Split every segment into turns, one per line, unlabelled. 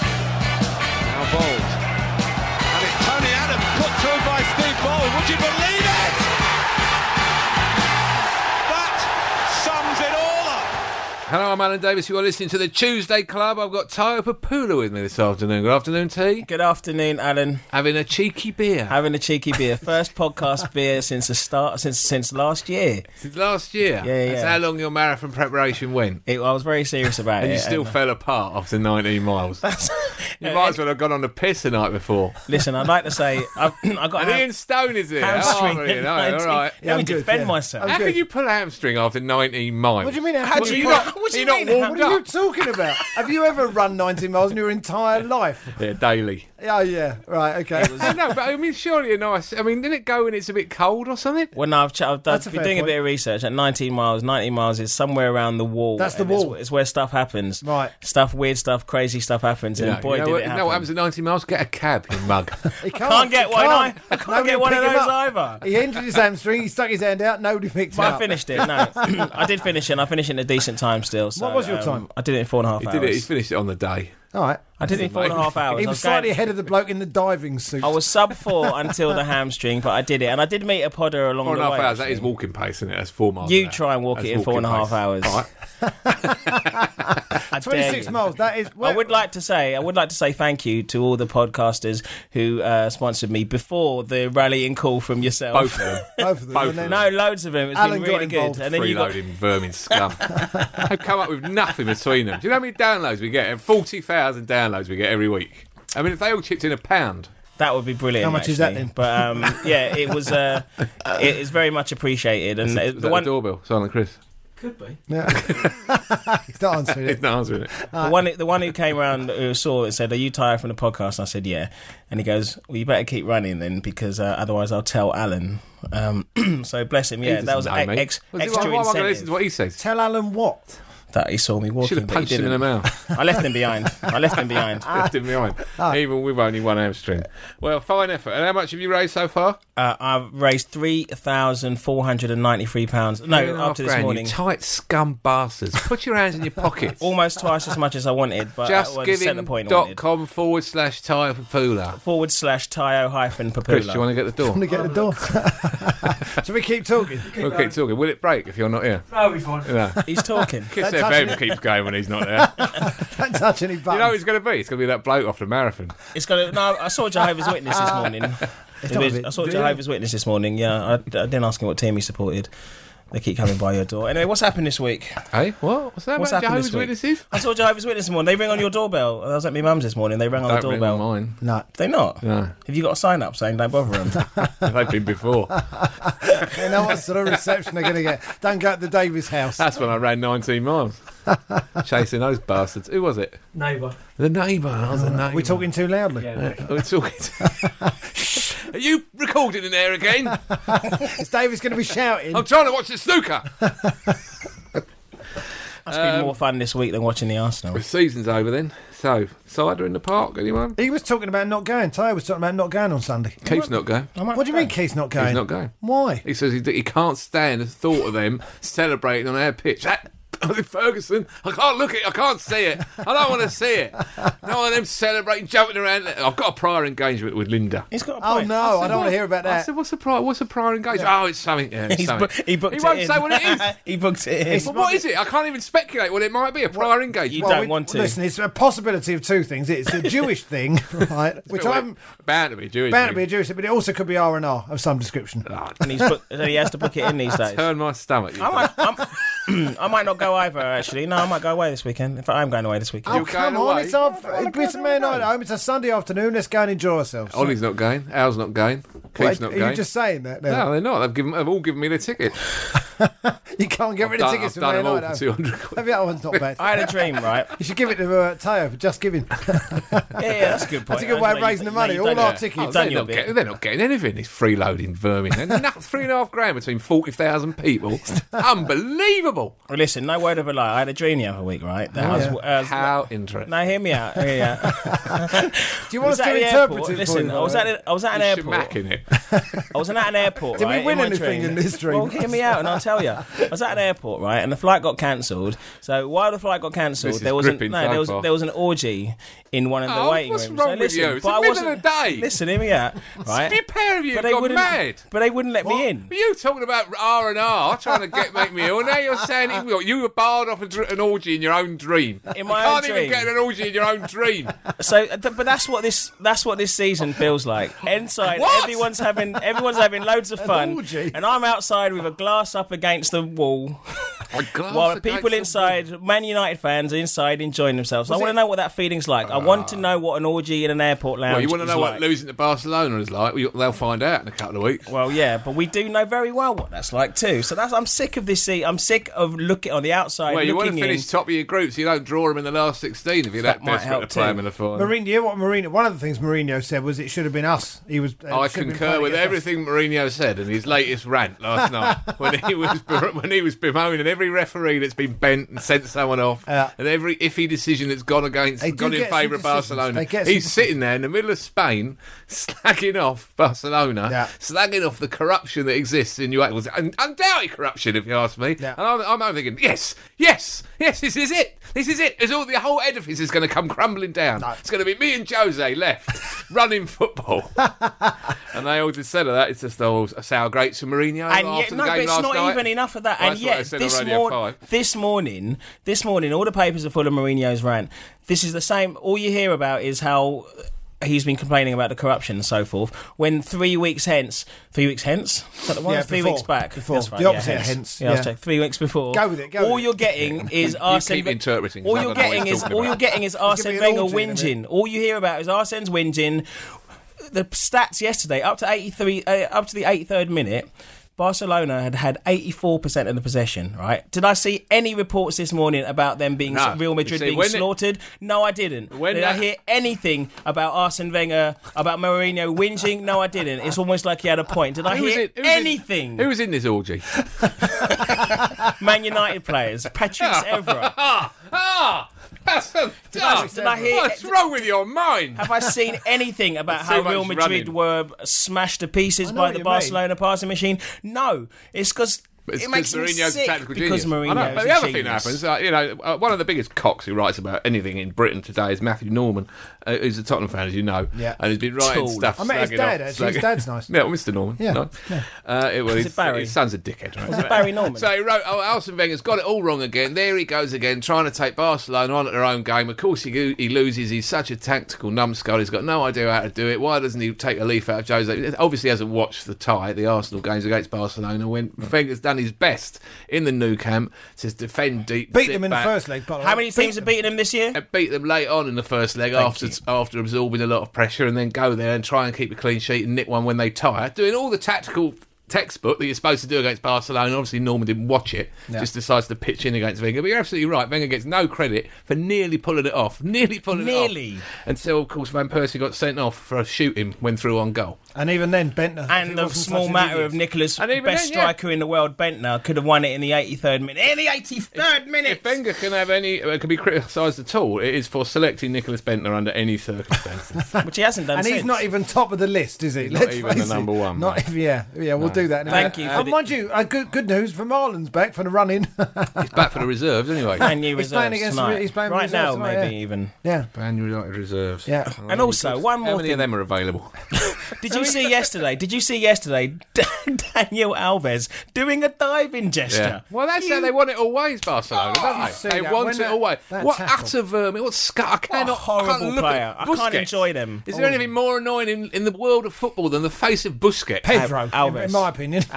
Now Bold. And it's Tony Adams put through by Steve Bold. Would you believe it? That sums it all up.
Hello, I'm Alan Davis. You are listening to the Tuesday Club. I've got Tayo Papula with me this afternoon. Good afternoon, T.
Good afternoon, Alan.
Having a cheeky beer.
Having a cheeky beer. First podcast beer since the start, since since last year.
Since last year.
Yeah, yeah.
That's how long your marathon preparation went.
It, I was very serious about
And
it.
you still
and- uh,
fell apart after 19 miles. you might as well have gone on the piss the night before.
listen, I'd like to say I've, I got
And
ham-
Ian Stone is here. How
hamstring.
are you?
at
No, Oh, all
19.
right.
Let me defend myself.
How can you pull a hamstring after 19 miles?
What do you mean?
How
How
do
do
you
you
not,
pull- what do
you
you
not
mean?
walked
What are you
up?
talking about? Have you ever run 90 miles in your entire life?
yeah, daily.
Oh yeah, right, okay.
I know, but I mean, surely a nice. I mean, didn't it go when it's a bit cold or something?
When I've, ch- I've done,
That's a
been
fair
doing a
point.
bit of research at 19 miles, 19 miles is somewhere around the wall.
That's the
and it's-
wall.
It's, where stuff happens.
Right.
Stuff, weird stuff, crazy stuff happens. And boy,
you know,
did
what-
it
you
happen.
know what happens at 90 miles? Get a cab, you mug.
He can't,
can't get
he
one,
can't.
I- I can't
Nobody
get one of
picked him
those
up.
either.
He injured his hamstring. He stuck his hand out. Nobody picked him
But
up.
I finished it. No, I did finish it. and I finished it in a decent time still. So,
was your
um,
time?
I did it in four and a half
He
hours.
did it. He finished it on the day.
All right.
I did it in four and a half hours.
He
I
was
going-
slightly ahead of the bloke in the diving suit.
I was sub four until the hamstring, but I did it, and I did meet a podder along
Four and
the
a half
way.
hours. That is walking pace, isn't it? That's four miles.
You
an hour.
try and walk
That's
it in four
walking
and a half
pace.
hours.
All right.
I dare
26
you.
miles. That is.
I would like to say, I would like to say thank you to all the podcasters who uh, sponsored me before the rallying call from yourself.
Both of them.
both of them.
both
and then-
of
No, loads of them. It's been
Alan got
really good.
involved.
And then you got
Freeloading vermin scum. They've come up with nothing between them. Do you know how many downloads we get? And 40,000 downloads we get every week. I mean, if they all chipped in a pound,
that would be brilliant.
How much is that
actually.
then?
But um, yeah, it was. Uh, it is very much appreciated, and
is
the
that
one
the doorbell? Silent Chris.
could be.
Yeah. He's not answering
It's
it.
not answering it.
The one, the one who came around who saw it said, "Are you tired from the podcast?" And I said, "Yeah." And he goes, "Well, you better keep running then, because uh, otherwise I'll tell Alan." Um, so bless him. Yeah,
He
that was
doesn't know,
ex-
mate.
ex-
Well, do you know what?
extra
Why am I going to listen
incentive
to what he says?
Tell Alan what?
that he saw me
Should
walking.
have
But he
punched him in the
didn't.
mouth.
I left him behind. I left him behind. Uh,
Left him behind. Even with only one hamstring. Well, fine effort. And how much have you raised so far?
Uh, I've raised three thousand four hundred and ninety-three pounds.
Three and
No,
a half
up to this
grand, you
morning,
tight scum bastards. Put your hands in your pockets.
almost twice as much as I wanted, but
Just
uh, well, set the point I wanted.
com forward slash tyre for Pula.
Forward slash Tyo hyphen
Chris, do you
Papula.
want to get the door?
Want to get the door? Shall we keep talking?
We'll keep talking. Will it break if you're not here?
That'll be fun.
No.
He's talking.
Kiss
touch
FM keeps going when he's not there.
Don't touch any buttons.
you know who it's going to be? It's going to be that bloke off the marathon.
It's gonna. No, I saw Jehovah's Witness this morning. It
Ah. not
is-
a bit-
I saw
do you?
Jehovah's Witness this morning. Yeah, I, I didn't ask him what team he supported. They keep coming by your door. Anyway, what's happened this week?
Hey, what? What's that
What's
about
happened
Jehovah's
this week?
Witnesses?
I saw Jehovah's Witness this morning. They ring on your doorbell. I was at my mum's this morning. They rang on Oh, the
Don't ring
doorbell.
mine.
no.
They not.
No,
Have you got a sign up saying don't bother them?
they've been before.
They know what sort of reception they're going to get. Don't go to the Davis house.
That's when I ran 19 miles chasing those bastards. Who was it?
Neighbour.
The neighbour. I was the neighbour.
We're talking too loudly.
We're talking. Are you recording in there again?
Is Davis going to be shouting?
I'm trying to watch the snooker.
That's
Um,
been more fun this week than watching the Arsenal.
The season's over then. So, cider in the park, anyone?
He was talking about not going. Ty was talking about not going on Sunday.
Keith's not going.
I might
What do you
go.
mean Keith's not going?
He's not going.
Why?
He says he, he can't stand the thought of them celebrating on our pitch. That I'm in Ferguson. I can't look it. I can't see it. I don't want to see it. No one of them celebrating, jumping around. I've got a prior engagement with Linda.
He's got a
Oh
point.
no, I don't want to hear about
I
that.
said, "What's the prior? What's the prior engagement? Oh, it's something. Yeah, it's
He's
something.
bu- he booked
he
it
won't
in.
say what it is.
he booked it in.
Well, what is it? I can't even speculate what it might be. A prior engagement.
You don't want to.
Listen, it's a possibility of two things. It's a Jewish thing, right? which
Well,
I'm
bound to be Jewish.
bound to be a
mate.
Jewish, thing, but it also could be R and R of some description.
Ah.
and he's booked, so he has to book it in these days.
Turn my stomach. You
I might, I'm, I might not go either. Actually, no, I might go away this weekend. In fact, I'm going away this weekend.
You're
Oh, come
going
on,
away?
it's our it's man night at home. It's a Sunday afternoon. Let's go and enjoy ourselves.
Ollie's not going. Al's not going. Keith's
Are
not
you
going.
just saying that now?
No, they're not. They've given. They've all given me the ticket.
You can't get rid of
Done-
tickets
I've
for
done
man
them all
night
for
at
two
home.
hundred quid.
Maybe that one's not bad.
I had a dream, right?
You should give it to uh, Teo for just giving.
Yeah, yeah, that's a good point.
That's a good way of
You know,
raising the
you-
money.
you
All
don't-
our
yeah.
tickets.
You've
Oh, they're,
done your
not
bit.
getting, they're not getting anything. These freeloading vermin. And not three and a half grand between forty thousand people. Unbelievable.
Well, listen, no word of a lie. I had a dream the other week, right? That
Oh,
I was, I was-
How interesting.
now hear me out. hear me out.
Do you
I
want
was
us
at
to
the
interpret
airport.
it for
Listen,
you?
I was at a, I was at an
It's
airport.
shellac in it.
I was at an airport.
Did we
right,
win
my
anything
dream.
in this dream?
Well, hear me out, and I'll tell you. I was at an airport, right, and the flight got cancelled. So while the flight got
This
cancelled,
is
there was an,
gripping
no, there was
so far.
there was an orgy in one of the
Oh,
waiting
what's
rooms.
wrong
So
with
listen,
you? It's the
but I
middle of
wasn't-
the day.
Listen, hear me out, right?
A pair of you
But
have
they
gone
wouldn't.
mad.
But they wouldn't let me in.
But you talking about R and R, trying to get make me ill. Now you're saying it- well, you were barred off a dr- an orgy in your own dream.
In my
you
own
can't even
dream.
get an orgy in your own dream.
So, th- but that's what this that's what this season feels like. Inside,
What?
everyone's having everyone's having loads of fun,
orgy.
and I'm outside with a glass up against the wall,
A glass
while the
against
people
the
inside, Man United fans are inside enjoying themselves. I
Was
want
it-
to know what that feeling's like. I want to know what an orgy in an airport lounge.
Ah. Well, you want to
is
know
like.
what losing to Barcelona is like? Well, you- they'll find out in a couple of weeks.
Well, yeah, but we do know very well what that's like too. So that's I'm sick of this. Seat. I'm sick of looking on the outside.
Well, you want to
looking in.
finish top of your group so you don't draw them in the last 16 if you're that,
That might
desperate to
help
play
too.
them in the final.
Um,
Mourinho, what Mourinho? One of the things Mourinho said was it should have been us. He was. uh,
Oh, I
should have been
concur
playing
with
against us.
everything Mourinho said in his latest rant last night when he was when he was bemoaning every referee that's been bent and sent someone off
Yeah.
and every iffy decision that's gone against
They do
gone in
get some
favour of
decisions.
Barcelona.
They get some
He's sitting there in the middle of Spain slagging off Barcelona,
Yeah.
slagging off the corruption that exists in UEFA. It was un- undoubted corruption, if you ask me.
Yeah.
And I'm, I'm over thinking, yes, yes, yes, this is it. This is it. It's all the whole edifice is going to come crumbling down. It's going to be me and Jose left running football. And they all just said of that, it's just oh, sour grapes for Mourinho
And
after
yet,
the
no,
game
but it's
last
not
night.
even enough of that.
Well,
and
that's what I
yet,
said on
this,
Radio
mor-
5.
this morning, this morning, all the papers are full of Mourinho's rant. This is the same. All you hear about is how he's been complaining about the corruption and so forth. When three weeks hence, three weeks hence, is that the one?
Yeah,
three
before,
weeks back.
before.
That's right,
The
yeah,
opposite of
hence.
hence,
Yeah, I was
yeah.
checking. three weeks before.
Go with it, go
all
with it.
you're getting is Arsene.
keep
Ven-
interpreting, 'cause
All
I
you're
don't know what
getting
he's
is
talking
all
about.
you're getting is Arsene
an
Wenger
orgy in a minute.
whinging. All you hear about is Arsene's whinging. The stats yesterday, up to eighty three, uh, up to the eighty third minute, Barcelona had had eighty four percent of the possession. Right? Did I see any reports this morning about them being
No.
Real Madrid
You see,
being
when it-
slaughtered? no, I didn't.
When
Did I
that-
hear anything about Arsene Wenger about Mourinho whinging? No, I didn't. It's almost like he had a point. Did I
Who was
hear
in- who was in-
anything?
who was in this orgy?
Man United players, Patrice Evra.
ah, ah, that's a, ah,
did I hear-
what's wrong with your mind?
Have I seen anything about
Too
how
much
Real Madrid
running.
were smashed to pieces
know
by
what
the
you mean.
Barcelona passing machine? No, it's because
It's
it
'cause
makes me
Mourinho's
sick
tactical genius.
because
I know,
Mourinho.
But the other thing that happens, uh, you know, uh, one of the biggest cocks who writes about anything in Britain today is Matthew Norman, uh, who's a Tottenham fan, as you know,
Yeah.
and he's been writing
Tool.
stuff.
I met his
slagging
dad,
off-
actually. His
slagging-
dad's nice.
yeah, well, Mr. Norman.
Yeah.
nice. Uh, it, well, his,
Barry?
his son's a dickhead, right? But-
Barry Norman?
So he wrote, "Oh, Arsene Wenger's got it all wrong again. There he goes again, trying to take Barcelona on at their own game. Of course, he, he loses. He's such a tactical numbskull. He's got no idea how to do it. Why doesn't he take a leaf out of Jose? Obviously, he hasn't watched the tie, the Arsenal games against Barcelona, when Wenger's done his best in the new camp to defend deep,
Beat
sit
them in
back,
the first leg. By the
How
way.
many
Beat
teams have beaten him this year?
and beat them late on in the first leg after after absorbing a lot of pressure, and then go there and try and keep a clean sheet and nick one when they tire. Doing all the tactical textbook that you're supposed to do against Barcelona. Obviously, Norman didn't watch it; just decides to pitch in against Wenger. But you're absolutely right. Wenger gets no credit for nearly pulling it off, nearly pulling it off,
Nearly.
until of course Van Persie got sent off for a shooting when through on goal.
And even then, Bentner. if it
And the
wasn't
small
such an
matter
idiot.
of Nicholas,
And even
best
then, yeah.
striker in the world, Bentner, could have won it in the 83rd minute. In the 83rd minute!
If Wenger can have any, uh, can be criticised at all, it is for selecting Nicholas Bentner under any circumstances.
which he hasn't done
And
since.
he's not even top of the list, is he?
not
Let's
even the
face it.
number one,
Not
mate.
if, yeah, yeah. We'll do that. In a
Thank
minute.
you for
And
the-
mind you, uh, good, good news for Marlon's back from the run-in.
He's back for the reserves anyway.
And new
He's
reserves
playing against-
tonight.
he's playing
right
reserves
now,
tonight,
maybe
yeah.
even.
yeah,
Man United reserves.
yeah.
And also,
How
one more
many of
thing.
them are available?
Did you see yesterday? Did you see yesterday? Daniel Alves doing a diving gesture.
Well, that's how they want it always, Barcelona,
you
don't
see
they? They
that,
want
when
it
that-
always.
that
What
tackle.
utter vermin! What scar! I cannot.
a horrible
I can't look
player.
At
I can't
Busquets.
enjoy them.
Is there anything more annoying in, in the world of football than the face of Busquets?
Pedro,
Al-
in-
Alves.
in my opinion.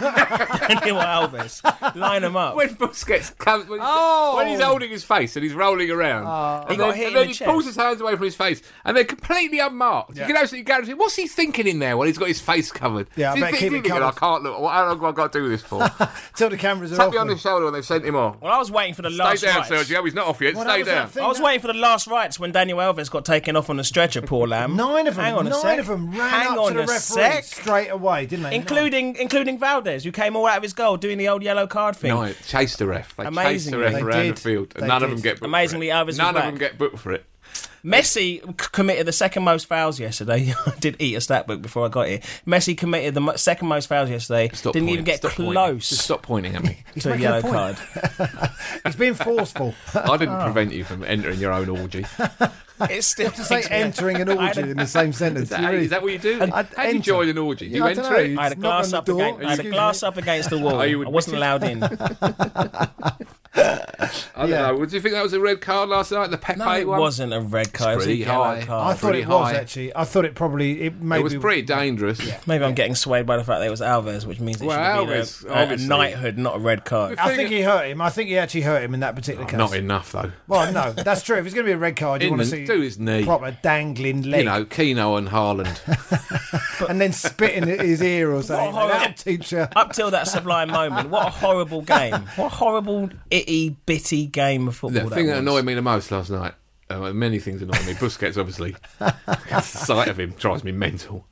Daniel Alves. Line them up.
when Busquets comes, when,
Oh.
when he's holding his face and he's rolling around, and,
He got
then,
hit
and
in
then
the
he pulls his
chest.
hands away from his face, and they're completely unmarked.
Yeah.
You can absolutely guarantee. What's he thinking in there while he's got his face covered?
Yeah, I
He's
bet keep it
thinking, I
covered.
can't look. What- How long have I got to do this for?
Till the cameras are
Tap
off.
me on the
him.
shoulder when they've sent him off.
Well, I was waiting for the last
Stay down,
rights.
Sergio. He's not off yet.
Well, that
Stay
was that
down.
thing
I was waiting for the last rights when Daniel Alves got taken off on a stretcher, poor lamb.
Nine of them.
Hang on a
nine
sec.
of them ran
Hang
up
on
to the
a
referee
sec.
straight away, didn't they?
Including including Valdez, who came all out of his goal doing the old yellow card thing.
No, chase the ref. They chase the
Amazingly.
ref
They
around
did.
the field, and
They
none of
did.
them get booked.
Amazingly,
for it.
Alves was
None of
back.
them get booked for it.
Messi c- committed the second most fouls yesterday. I did eat a stat book before I got here. Messi committed the mo- second most fouls yesterday.
Stop
Didn't
pointing.
even get
Stop pointing. Just
close
stop pointing at me.
to a
making a
yellow
point.
card.
He's being forceful.
I didn't
ah.
prevent you from entering your own orgy.
It's still
to say entering an orgy in the same sentence.
Is that,
you really-
is that what you do?
I'd
How do you
enter.
join an orgy? Do
Yeah,
you
I
enter
dunno.
it?
I had a
It's not
glass
on the
up
door.
against. I had a
Excuse
glass
me.
up against the wall.
Are
I
Oh, you
wasn't allowed in.
I don't
Yeah.
know. Would you think that was a red card last night? The Pepe
No, it
one.
wasn't a red card. It was a
pretty
yellow
high.
I
card.
thought
Pretty
it was
high.
actually. I thought it probably it maybe
It was pretty dangerous.
Maybe I'm getting swayed by the fact that it was Alves, which means it
Well,
should be
Alves,
a, a, a
obviously.
knighthood, not a red card.
I think he hurt him. I think he actually hurt him in that particular case.
Not enough though.
Well, no, that's true. If it's going to be a red card, you
In
want to
the-
see
do his knee.
proper dangling leg,
You know, Keno and Haaland.
and then spit in his ear or something.
horror.
That'll teach you.
Up till that sublime moment, what a horrible game! What a horrible itty bitty game of
the
football.
thing that
was.
annoyed me the most last night. Uh, many things annoy me. Busquets, obviously. the sight of him drives me mental.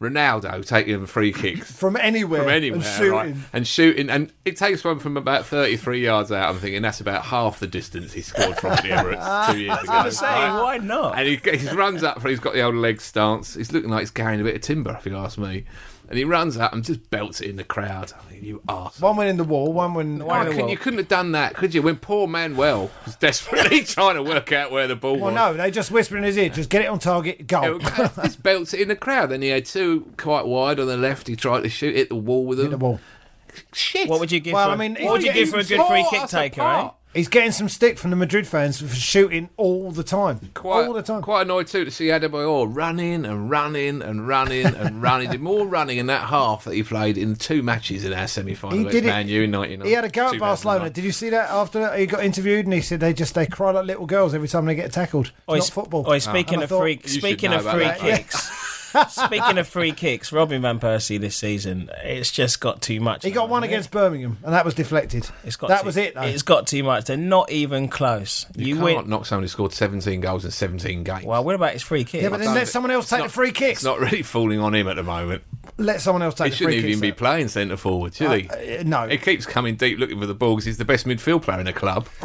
Ronaldo taking free kicks.
From anywhere,
from anywhere,
and shooting.
right? And shooting, and it takes one from about 33 yards out. I'm thinking that's about half the distance he scored from at the Emirates two years ago.
I was saying,
right?
why not?
And he, he runs up for he's got the old leg stance. He's looking like he's carrying a bit of timber, if you ask me. And he runs up and just belts it in the crowd. I mean, you arse.
One went in the wall. One went.
One in the
Couldn't-
wall.
you couldn't have done that, could you? When poor Manuel was desperately trying to work out where the ball was.
Well, no, they just whisper in his ear. Just get it on target. Go.
Just belts it in the crowd. Then he had two quite wide on the left. He tried to shoot, hit the wall with them.
the wall.
Shit.
What would you give?
Well,
for,
I mean,
what would you give for a good free kick taker? eh? Right?
He's getting some stick from the Madrid fans for shooting all the time.
Quite,
all the time.
Quite annoyed too to see Adebayor running and running and running and running. Did more running in that half that he played in two matches in our semi-final
He
against
did it-
Man U in 99.
He had a go at Barcelona.
2009.
Did you see that after that? He got interviewed and he said they just they cry like little girls every time they get tackled. It's
Oi,
not
sp-
football. Ah.
Oi, oh, speaking
And I
of
thought,
free,
should
speaking
know
of
about
free
that.
kicks, speaking of free kicks, Robin van Persie this season, it's just got too much.
He
now,
got one
hasn't it?
against Birmingham and that was deflected.
It's got
that
too-
was it though.
It's got too much. They're not even close.
You,
You,
can't
win.
knock someone who scored 17 goals in 17 games.
Well, what about his free kick?
yeah, but then
done
let
it.
someone else take
Not-
the free
it's
kicks.
not really falling on him at the moment.
let someone else
He
take the free
shouldn't
kicks.
even be playing centre forward, should he?
Uh, no.
He keeps coming deep looking for the ball because he's the best midfield player in the club.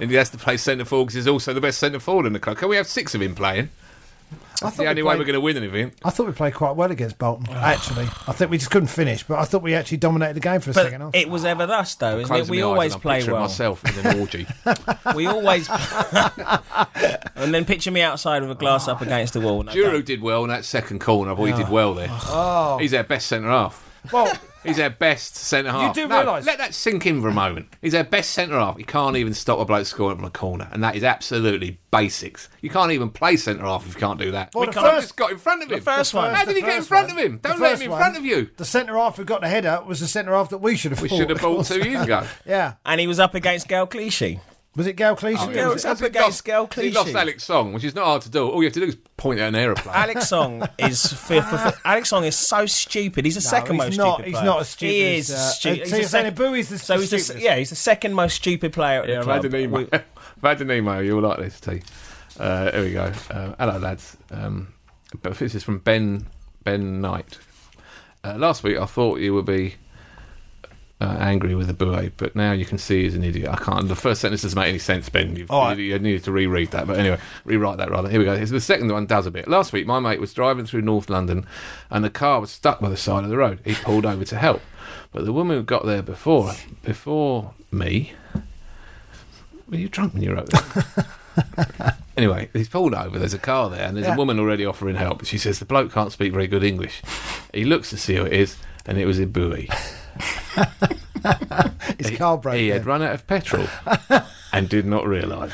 and he has to play centre forward because he's also the best centre forward in the club. Can we have six of him playing?
I
That's the
we
only way
played-
we're going to win anything.
I thought we played quite well against Bolton. Actually, I think we just couldn't finish, but I thought we actually dominated the game for a
But
second half.
it was ever thus, though, isn't it?
Closing
We
my eyes
always
and I'm
play
picturing
well.
myself in an orgy.
We always. and then picture me outside with a glass up against the wall. No,
Giroud
don't.
did well in that second corner. I thought he did well there.
Oh.
He's our best centre half.
well,
He's our best centre half.
do
No,
realise-
Let that sink in for a moment. He's our best centre half. He can't even stop a bloke scoring from a corner, and that is absolutely basics. You can't even play centre half if you can't do that.
Well,
we
the
can't.
first-
just got in front of him.
first one.
How
the
did he get in
first
front
one-
of him?
the
Don't let
first
him in
one,
front of you.
The centre half who got the header was the centre half that we should have.
We
fought,
should have
of
bought
course.
two years ago.
Yeah,
And he was up against Gail Clichy.
was it Gail Clichy?
Oh,
yeah, it was up
He
against
lost-
Gail
He lost
Clichy.
Alex Song, which is not hard to do. All you have to do is point at an aeroplane.
Alex Song is fi- fi- fi- Alex Song is so stupid. He's the second
he's
most
not-
stupid.
he's
player.
not as stupid
He
as,
is
uh,
stu-
uh,
he's
so
the
you're saying
sec-
Abui's the-
so
the
he's the, se-
stupidest?
yeah he's the second most stupid player. At
Yeah,
the
I've
club.
had an email.
We-
I've had an email. You'll like Uh, this, T. Uh, here we go. Um, hello, lads. Um, but this is from Ben Ben Knight. Uh, last week, I thought you would be uh, angry with the bouet, but now you can see he's an idiot. I can't. The first sentence doesn't make any sense, Ben. You've,
All right.
you, you needed to reread that, but anyway, rewrite that rather. Here we go. Here's- The second one does a bit. Last week, my mate was driving through North London, and the car was stuck by the side of the road. He pulled over to help, but the woman who got there before before me. Were you drunk when you wrote that? Anyway, he's pulled over. There's a car there, and there's
Yeah.
a woman already offering help. She says the bloke can't speak very good English. He looks to see who it is, and it was a buoy.
His car broke.
He
yeah.
had run out of petrol and did not realise.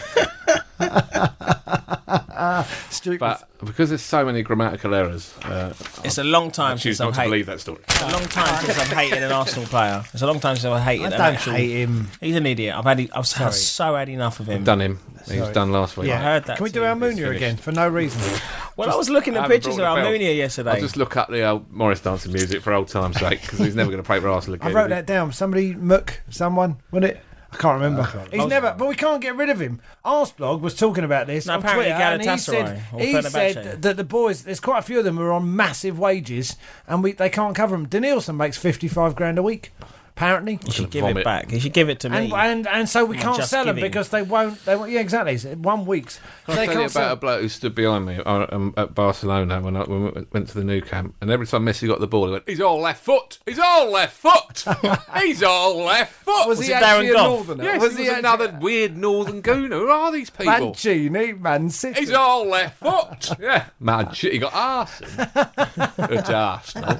Stupid.
But because there's so many grammatical errors, uh,
It's a long time
I choose
since
not
I've
to
hated.
believe that story.
A long time since I've hated an Arsenal player. It's a long time since I've hated
I
an
don't
actual.
hate him.
He's an idiot. I've had. I've so had enough of him.
Done him. He was
Sorry.
done last week.
Yeah.
heard that
Can we do
too.
It's
Almunia
finished.
again for no reason?
Well, I was looking
I
at
haven't
pictures of
brought the bell.
Almunia
I'll
yesterday.
just look up the old Morris dancing music for old time's sake because he's never going to play for Arsenal again.
I wrote
is he?
that down. Somebody, Mook, someone, wasn't it? I can't remember. He's never, but we can't get rid of him. Arsblog was talking about this
No,
on
apparently
Twitter, and he
Galatasaray
said,
or
he
Fenerbahce.
said that the boys, there's quite a few of them who are on massive wages, and we they can't cover them. Danielson makes 55 grand a week, apparently.
You should give
Vomit.
it back. You should give it to me.
And, and and so we can't
just
sell them
giving.
because they won't. They won't. Yeah, exactly. It's One week's.
Can I
they
tell you
can't sell-
about a bloke who stood behind me uh, um, at Barcelona when I when we went to the new camp? And every time Messi got the ball, he went, "He's all left foot. He's all left foot. He's all left foot."
Was,
Was
he
it Darren
actually a
Goff?
northerner?
Yes,
was
he was another weird northern gooner. Who are these people?
actually- Mancini, Man City.
He's all left foot. Yeah. Mancini. He got arson. At Arsenal.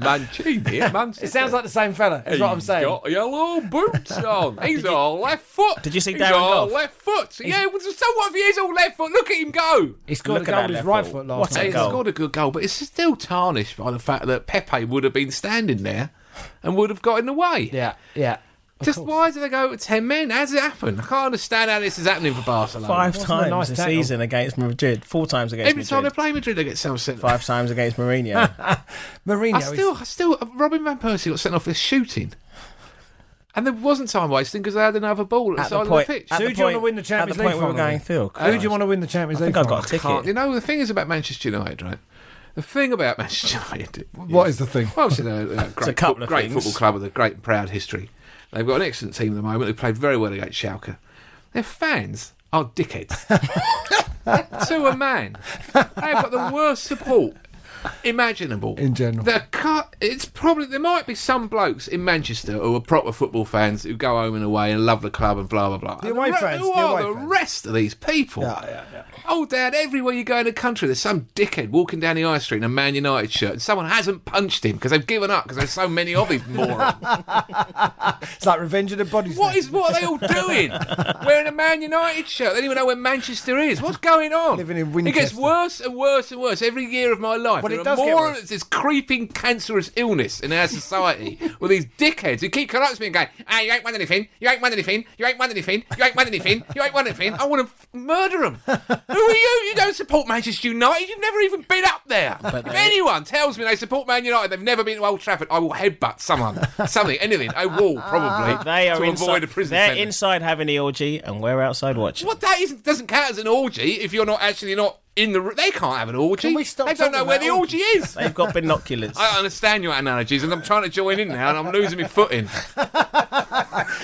Mancini at Manchester.
It sounds like the same fella. Is what I'm
He's
saying.
got yellow boots on. He's all left foot.
Did you see
He's
Darren
all
Goff?
left foot. yeah, well, so what if he is all left foot? Look at him go.
He scored
Look
a
at
goal
that
with
left
his right
foot.
foot last
What a
night.
He
goal.
scored a good goal, but it's still tarnished by the fact that Pepe would have been standing there and would have got in the way.
Yeah, yeah. Of
Just
course.
why do they go to 10 men? How does it happen? I can't understand how this is happening for Barcelona.
Five
Wasn't a
times
nice
this
tackle.
season against Madrid. Four times against
Every time they
Madrid.
play Madrid, they get some sent off.
Five times against Mourinho.
Mourinho
I
is-
still, I still, Robin Van Persie got sent off for shooting. And there wasn't time wasting because they had another ball at the
at
side
the point,
of the pitch.
at
Who
the
do you wanna
point-
win the Champions
at the point
League
we were
final?
going, Phil?
Who do you want to win the Champions
I
League?
think I've got a
final?
Can't-
ticket.
you know, the thing is about Manchester United, right? The thing about Manchester United.
What is the thing?
Well, it's a, a great,
couple of
great
things.
football club with a great and proud history. They've got an excellent team at the moment. They played very well against Schalke. Their fans are dickheads. to a man. They've got the worst support imaginable.
In general.
They're cut- it's probably there might be some blokes in Manchester who are proper football fans who go home and away and love the club and blah blah blah.
The away
And re-
fans,
Who
the
are
away
the
fans.
rest of these people? Oh, Dad, everywhere you go in the country, there's some dickhead walking down the high street in a Man United shirt, and someone hasn't punched him because they've given up because there's so many of these morons.
It's like Revenge of the Bodies.
what is? What are they all doing? Wearing a Man United shirt? They don't even know where Manchester is. What's going on?
Living in
It gets
Winchester.
worse and worse and worse every year of my life.
Well, it
there
does
are
get
more
worse.
this creeping cancerous illness in our society with these dickheads who keep coming up to me and going, "Ah, you ain't won anything. You ain't won anything. You ain't won anything. You ain't won anything. You ain't won anything." I want to f- murder them. who are you? You don't support Manchester United. You've never even been up there. if anyone tells me they support Man United, they've never been to Old Trafford. I will headbutt someone, something, anything, a wall probably
They
to
are
avoid
inside.
a prison
They're
sentence.
inside having the orgy, and we're outside watching.
What that isn't doesn't count as an orgy if you're not actually not in the. r- They can't have an orgy.
Can we stop
they don't
talking
know where
about
the orgy is.
They've got binoculars.
I understand your analogies, and I'm trying to join in now, and I'm losing my footing.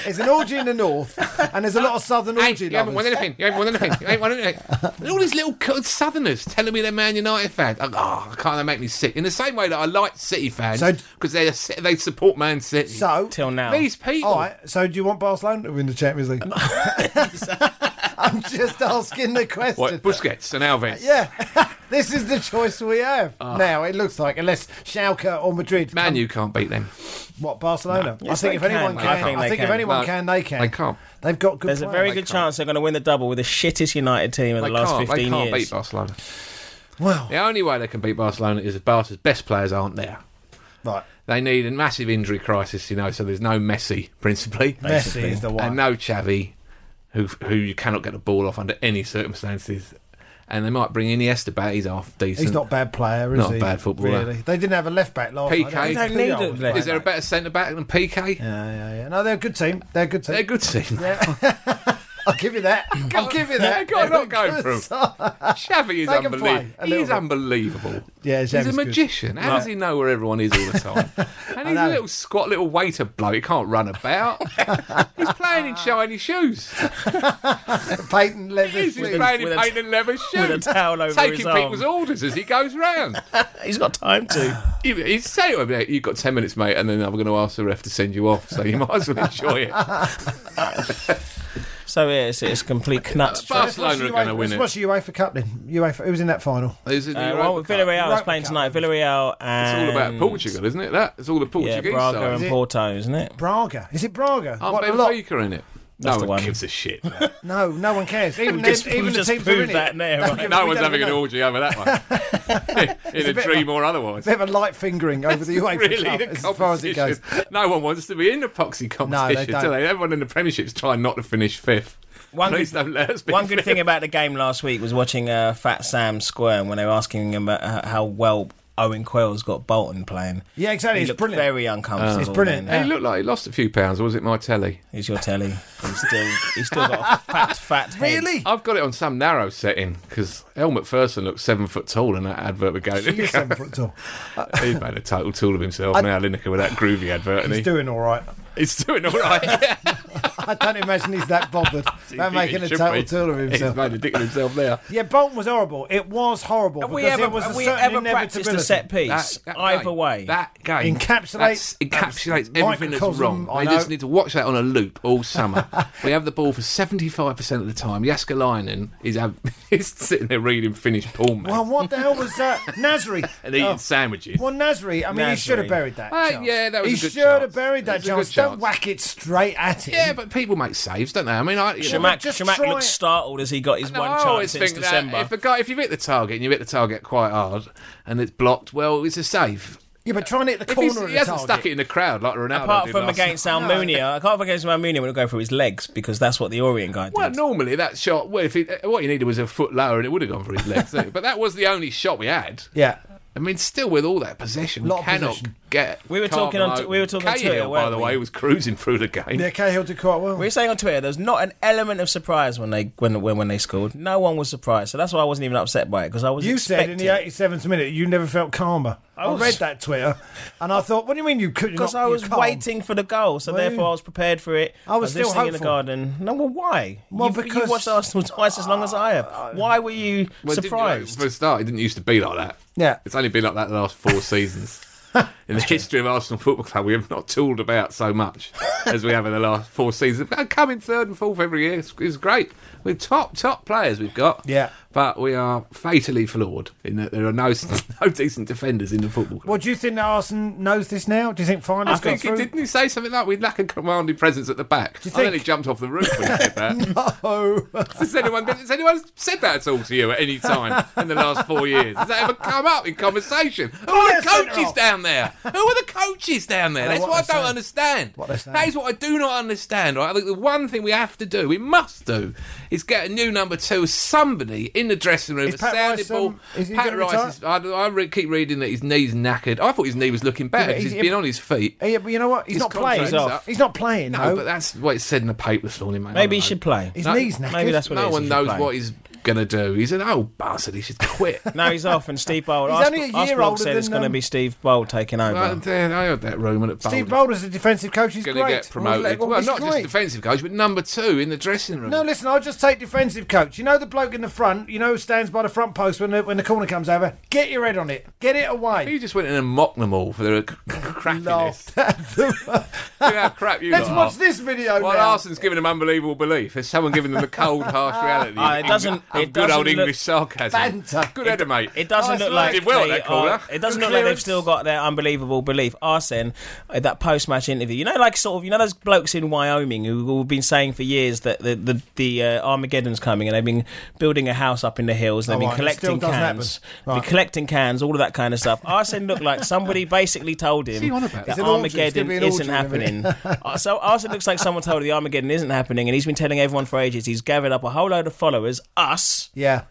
It's an orgy in the north, and there's a lot of southern
Hey,
orgy
you haven't won
lovers.
anything. You haven't won anything. You ain't won anything. And all these little c- southerners telling me they're Man United fans. Oh, oh, can't they make me sick? In the same way that I like City fans
So-
because they they support Man City.
So,
Till now,
these people.
all right. So, do you want Barcelona to win the Champions League? I'm just asking the question.
What, Busquets and Alves.
Yeah, this is the choice we have now. It looks like unless Schalke or Madrid,
Man, you can't beat them.
what Barcelona?
Yes,
I think
they
if anyone
can.
can,
I think
I
they
think if
can.
anyone
No,
can, they can.
they can't.
They've got good.
there's a
players.
very good chance they're going to win the double with the shittest United team in
They
the last
can't.
15
they can't
years.
beat Barcelona.
Well,
The only way they can beat Barcelona is if Barca's best players aren't there.
right.
They need a massive injury crisis, you know, so there's no Messi, principally.
Messi is the
And
one.
no Xavi, who who you cannot get the ball off under any circumstances. And they might bring Iniesta back. He's half decent.
He's not a bad player, is
Not a
he?
bad footballer.
Really, they didn't have a left back last
PK.
night. That was
They
don't need a
Puyol.
left
Is there a better centre back than PK?
Yeah, yeah, yeah. No, they're a good team. They're a good team.
They're a good team.
Yeah. I'll give you that. I'll give you
How
that.
can I not go for him? Xavi is
They can play
unbelievable.
a little
He's
bit.
unbelievable.
Yeah,
he's
Xavi's
a
good.
magician. How does he know where everyone is all the time? And he's a
know.
little squat, little waiter bloke. He can't run about. he's playing in shiny shoes.
Peyton
He is. He's
Leather.
playing
With
in
a-
paint and leather shoes.
with a towel over
taking
his arm.
people's orders as he goes round.
He's got time to.
He- He'd say to him, "Mate, "You've got ten minutes, mate, and then I'm going to ask the ref to send you off. So you might as well enjoy it."
So yeah, it's, it's complete knut.
Barcelona are going to win
Let's
it.
watch the UEFA Cup then. UEFA, who was in that final?
Who's in the
Uh,
Europa
well,
Cup?
Villarreal is
Europa
playing
Cup.
tonight. Villarreal
It's
and
all about Portugal, isn't it? That it's all the
Yeah,
Portuguese
Braga
side.
and Porto, isn't it?
Braga. Is it Braga?
Aren't
what a lot.
Benfica in it?
That's
no
the
one
one.
gives a shit.
No, no one cares. Even,
We've just,
the, even
we've
the
just
teams that are in
proved
it.
that now. right?
No
We
one's
don't
having an
know.
orgy over that one. in a
bit
dream or otherwise.
They have a light fingering over the UEFA
Really,
Cup
the
as far as it goes.
competition. No one wants to be in the proxy competition,
don't.
do they? Everyone in the Premiership's trying not to finish fifth.
One
Please
good-
don't let us be
One good
fifth.
thing about the game last week was watching uh, Fat Sam squirm when they were asking him about h- how well Owen Quayle's got Bolton playing.
Yeah, exactly.
He
It's
looked
brilliant.
very uncomfortable.
It's brilliant.
then.
He looked like he lost a few pounds, or was it my telly?
Here's your telly. He's still, he's still got a fat, fat head.
Really?
I've got it on some narrow setting because Elm McPherson looks seven foot tall in that advert with Gary
He's
Lineker.
seven foot tall.
He's made a total tool of himself now, Lineker, with that groovy advert. and
He's
he-
doing all right.
he's doing all right.
I don't imagine he's that bothered about making a
Should
total
be.
tool of himself.
He's made a dick of himself there.
Yeah, Bolton was horrible. It was horrible
Have
because
we ever,
it was a
have we
certain
ever practiced
inevitability.
a set piece? Either
game-
way.
that game that's-
Encapsulates-
encapsulates everything that's
microcosm,
wrong.
I
They just
know.
need to watch that on a loop all summer. we have the ball for seventy five percent of the time. Jaska Leinen is have, is sitting there reading finished Paul man
Well, what the hell was that? Nasri.
and eating
Oh.
sandwiches.
Well, Nasri, I mean, he
Nasri.
should have buried that.
Uh,
chance.
yeah, that was
He
a good
should
chance.
have buried that
It was a good
chance. Don't
chance.
whack it straight at him.
Yeah, but people make saves, don't they? I mean, I, you know,
Shamak,
Just
Shamak
try
looked
it.
startled as he got his
No,
one
I
chance
always
since
think that
December.
if a guy, if you hit the target and you hit the target quite hard and it's blocked, well, it's a save.
Yeah, but try and hit the
If
corner
he's-
of the
he hasn't
target.
stuck it in the crowd like Ronaldo
Apart
did
from
last
against Almunia, apart from against Almunia, we'll go for his legs because that's what the Orient guy did.
Well, normally that shot, well, if he, what he needed was a foot lower, and it would have gone for his legs. didn't it? but that was the only shot we had.
Yeah.
I mean, still with all that possession, we
Lot of
cannot
possession.
get.
We were
Carvalho-
talking on t- we were talking on
Cahill,
Twitter,
by
weren't
the
we?
way, was cruising through the game.
Yeah, Cahill did quite well.
We were saying on Twitter, there was not an element of surprise when they when when, when they scored. No one was surprised, so that's why I wasn't even upset by it because I was.
You said
expecting
in the 87th minute you never felt calmer. I,
was-
read that Twitter and I thought, what do you mean you couldn't?
because I was waiting for the goal, so
Were
therefore
you?
I was prepared for it.
I was still
listening in the
hopeful.
garden. No, well, why?
Well,
you've,
because- Uh,
you've watched Arsenal twice as long as I have. Why were you
Well, didn't you know,
surprised?
for a start, it didn't used to be like that.
Yeah.
it's only been like that the last four seasons. In the history of Arsenal Football Club, we have not tooled about so much as we have in the last four seasons. But coming third and fourth every year is, is great. We're top, top players we've got.
Yeah.
But we are fatally flawed in that there are no no decent defenders in the football club.
Well, do you think that Arsene knows this now? Do you think finally
I
has got
think he
through?
didn't he say something like we lack a commanding presence at the back.
you
I think he
think?
jumped off the roof when he said that.
Oh,
Has anyone been, has anyone said that at all to you at any time in the last four years? Has that ever come up in conversation? Who are the
Fire centre
coaches
off.
down there? Who are the coaches down there?
know
That's
what
what I
they're
don't
saying.
understand.
What they're saying.
That is what I do not understand. Right? I think the one thing we have to do, we must do, is get a new number two, somebody in the dressing room,
Is
a
Pat
sounding
Rice, um,
ball.
is he
Pat
gonna
Rice, is, I, I re- keep reading that his knee's knackered. I thought his knee was looking better
but
'cause
he-
he's been on his feet.
yeah, but you know what? He's
His
not playing.
contract's up.
He's not playing.
No,
No,
but that's what it said in the paper this morning, mate. I
Maybe
don't
he
know.
should play.
his
no,
knee's knackered.
Maybe that's what it
no
is,
one
he should
knows
play.
what he's going to do. He's an old bastard. He should quit.
Now he's off, and Steve Bold.
He's
Ars-
only a year
Arsblog
older
said it's
than,
going to
um,
be Steve Bold taking over.
I, I heard that rumour that
Steve
Bowler's
Boulder's a defensive coach. He's
going
great.
to get promoted.
Well,
Well,
he's
not just
great.
defensive coach, but number two in the dressing room.
No, listen. I'll just take defensive coach. You know the bloke in the front. You know who stands by the front post when the, when the corner comes over. Get your head on it. Get it
you
away.
just went in and mocked them all for their c- c- crappiness.
Laughed at them.
Look how crap you
Let's
lot
watch
are.
this video
While
now.
Arsenal's giving them unbelievable belief, there's someone giving them the cold, harsh reality.
Ah, it
of Eng-
doesn't-
of
it
good
doesn't
old
look-
English sarcasm.
Banter.
Good header, mate.
It doesn't
Nice
look like
Did well,
they
that caller.
are- it doesn't look like they've
Oh, Clearance.
still got their unbelievable belief. Arsene, at that post-match interview, you know, like sort of, you know, those blokes in Wyoming who who've been saying for years that the the, the uh, Armageddon's coming, and they've been building a house up in the hills, and
Oh,
they've been
right, it still
collecting
doesn't happen.
cans,
Right.
been collecting cans, all of that kind of stuff. Arsene looked like somebody basically told him
he on about?
that
It's an orgy. It's gonna
Armageddon
be an
isn't
orgy in
happening. Uh, so Arsene looks like someone told him the Armageddon isn't happening, and he's been telling everyone for ages. He's gathered up a whole load of followers, us
Yeah.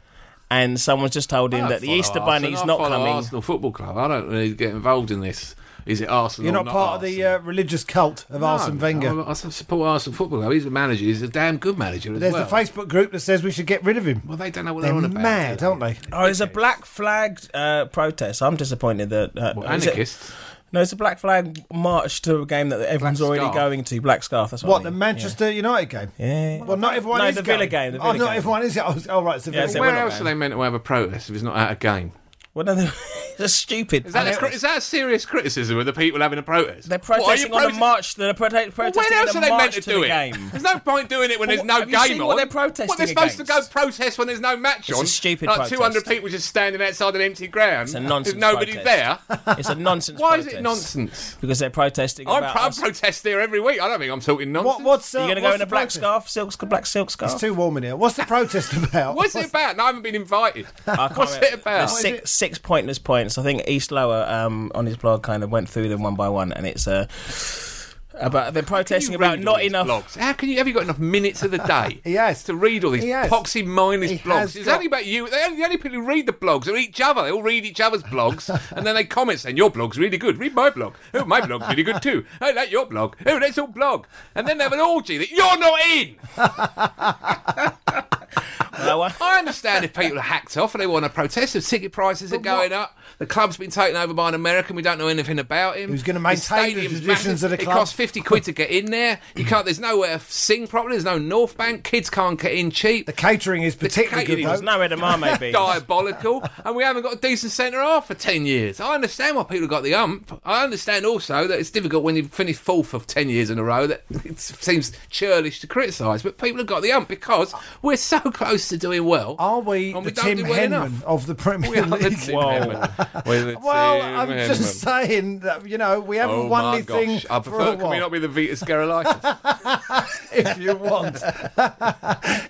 and someone's just told him
I
that the
Ah, follow
Easter
Arsenal.
Bunny's
I
not
follow
coming.
Arsenal Football Club. I don't really get involved in this. Is it Arsenal?
You're not, part of the
Arsenal?
uh, religious cult of Arsene
No,
Wenger.
I, I support Arsenal football club. He's a manager. He's a damn good manager. As
There's
well.
the Facebook group that says we should get rid of him.
Well, they don't know what
They're
they're on about.
mad,
do
aren't they?
Oh, there's a black flag uh, protest. I'm disappointed that uh,
Well,
is it-
anarchists.
no, it's a black flag march to a game that everyone's
Black
already
scarf.
going to. Black scarf. That's what.
What
I
the
mean.
Manchester United game?
Yeah.
Well, not everyone
No,
is
the
going.
Villa game, the
oh,
Villa
not
game.
everyone is. Oh, oh, right, it's the
Yeah,
Villa.
so we're
Where
not
else are
going.
they meant to have a protest if it's not at a game?
Well, no, they're- they're stupid.
Is that, a, cri- is that a serious criticism of the people having a protest?
They're
What, are you
protesting on a
protest-
march. They're prote-
Well,
protesting
when else
on
are
a
they
march
meant to,
to,
do
the
it?
game.
There's no point doing it when there's
Well,
no
have
game
you
on.
seen what they're protesting
What they're supposed to go
against?
protest when there's no match
It's a
on.
stupid
like
protest.
200 people just standing outside an empty ground.
It's a nonsense.
There's nobody
protest.
there.
It's a nonsense.
Why is it
protest.
nonsense?
Because they're protesting.
I'm,
about
I
us.
protest here every week. I don't think I'm talking nonsense.
What, what's uh,
You're gonna
what's
go in
the
a black
protest?
scarf, silk sc- black silk scarf.
It's too warm in here. What's the protest about?
What's it about? No, I haven't been invited.
I can't
What's
remember.
it about?
There's six six pointless points. I think East Lower um, on his blog kind of went through them one by one, and it's uh, about they're protesting
You
about
read all
not
these
enough.
blogs. How can you have you got enough minutes of the day?
He has.
to read all these
He has.
poxy mindless
He has
blogs. It's
got-
only about you. The only, the only people who read the blogs are each other. They all read each other's blogs, and then they comment saying your blog's really good. Read my blog. Oh, my blog's really good too. Oh, that your blog. Oh, that's all blog. And then they have an orgy that you're not in.
Lower.
I understand if people are hacked off and they want to protest. The ticket prices are going up. The club's been taken over by an American. We don't know anything about him.
Who's gonna
His
maintain the
stadium's
traditions
massive.
of
It
the club?
costs fifty quid to get in there. You can't. There's nowhere to sing properly. There's no North Bank. Kids can't get in cheap.
The catering is particularly
catering
good.
is
There's nowhere the marmite be.
Diabolical, and we haven't got a decent centre half for 10 years. I understand why people have got the ump. I understand also that it's difficult when you've finished fourth for 10 years in a row, that it seems churlish to criticise, but people have got the ump because we're so close to doing well.
Are we
and
the
we don't
Tim
do well
Henman
enough.
of the Premier
We are the
League?
Tim
Whoa.
Henman. We're the
Well,
Tim
I'm
Henman.
just saying that you know we haven't
Oh
won
my
anything
gosh! I
for a
prefer. Can we
while.
not be the Vitas Gerolaitis?
if you want,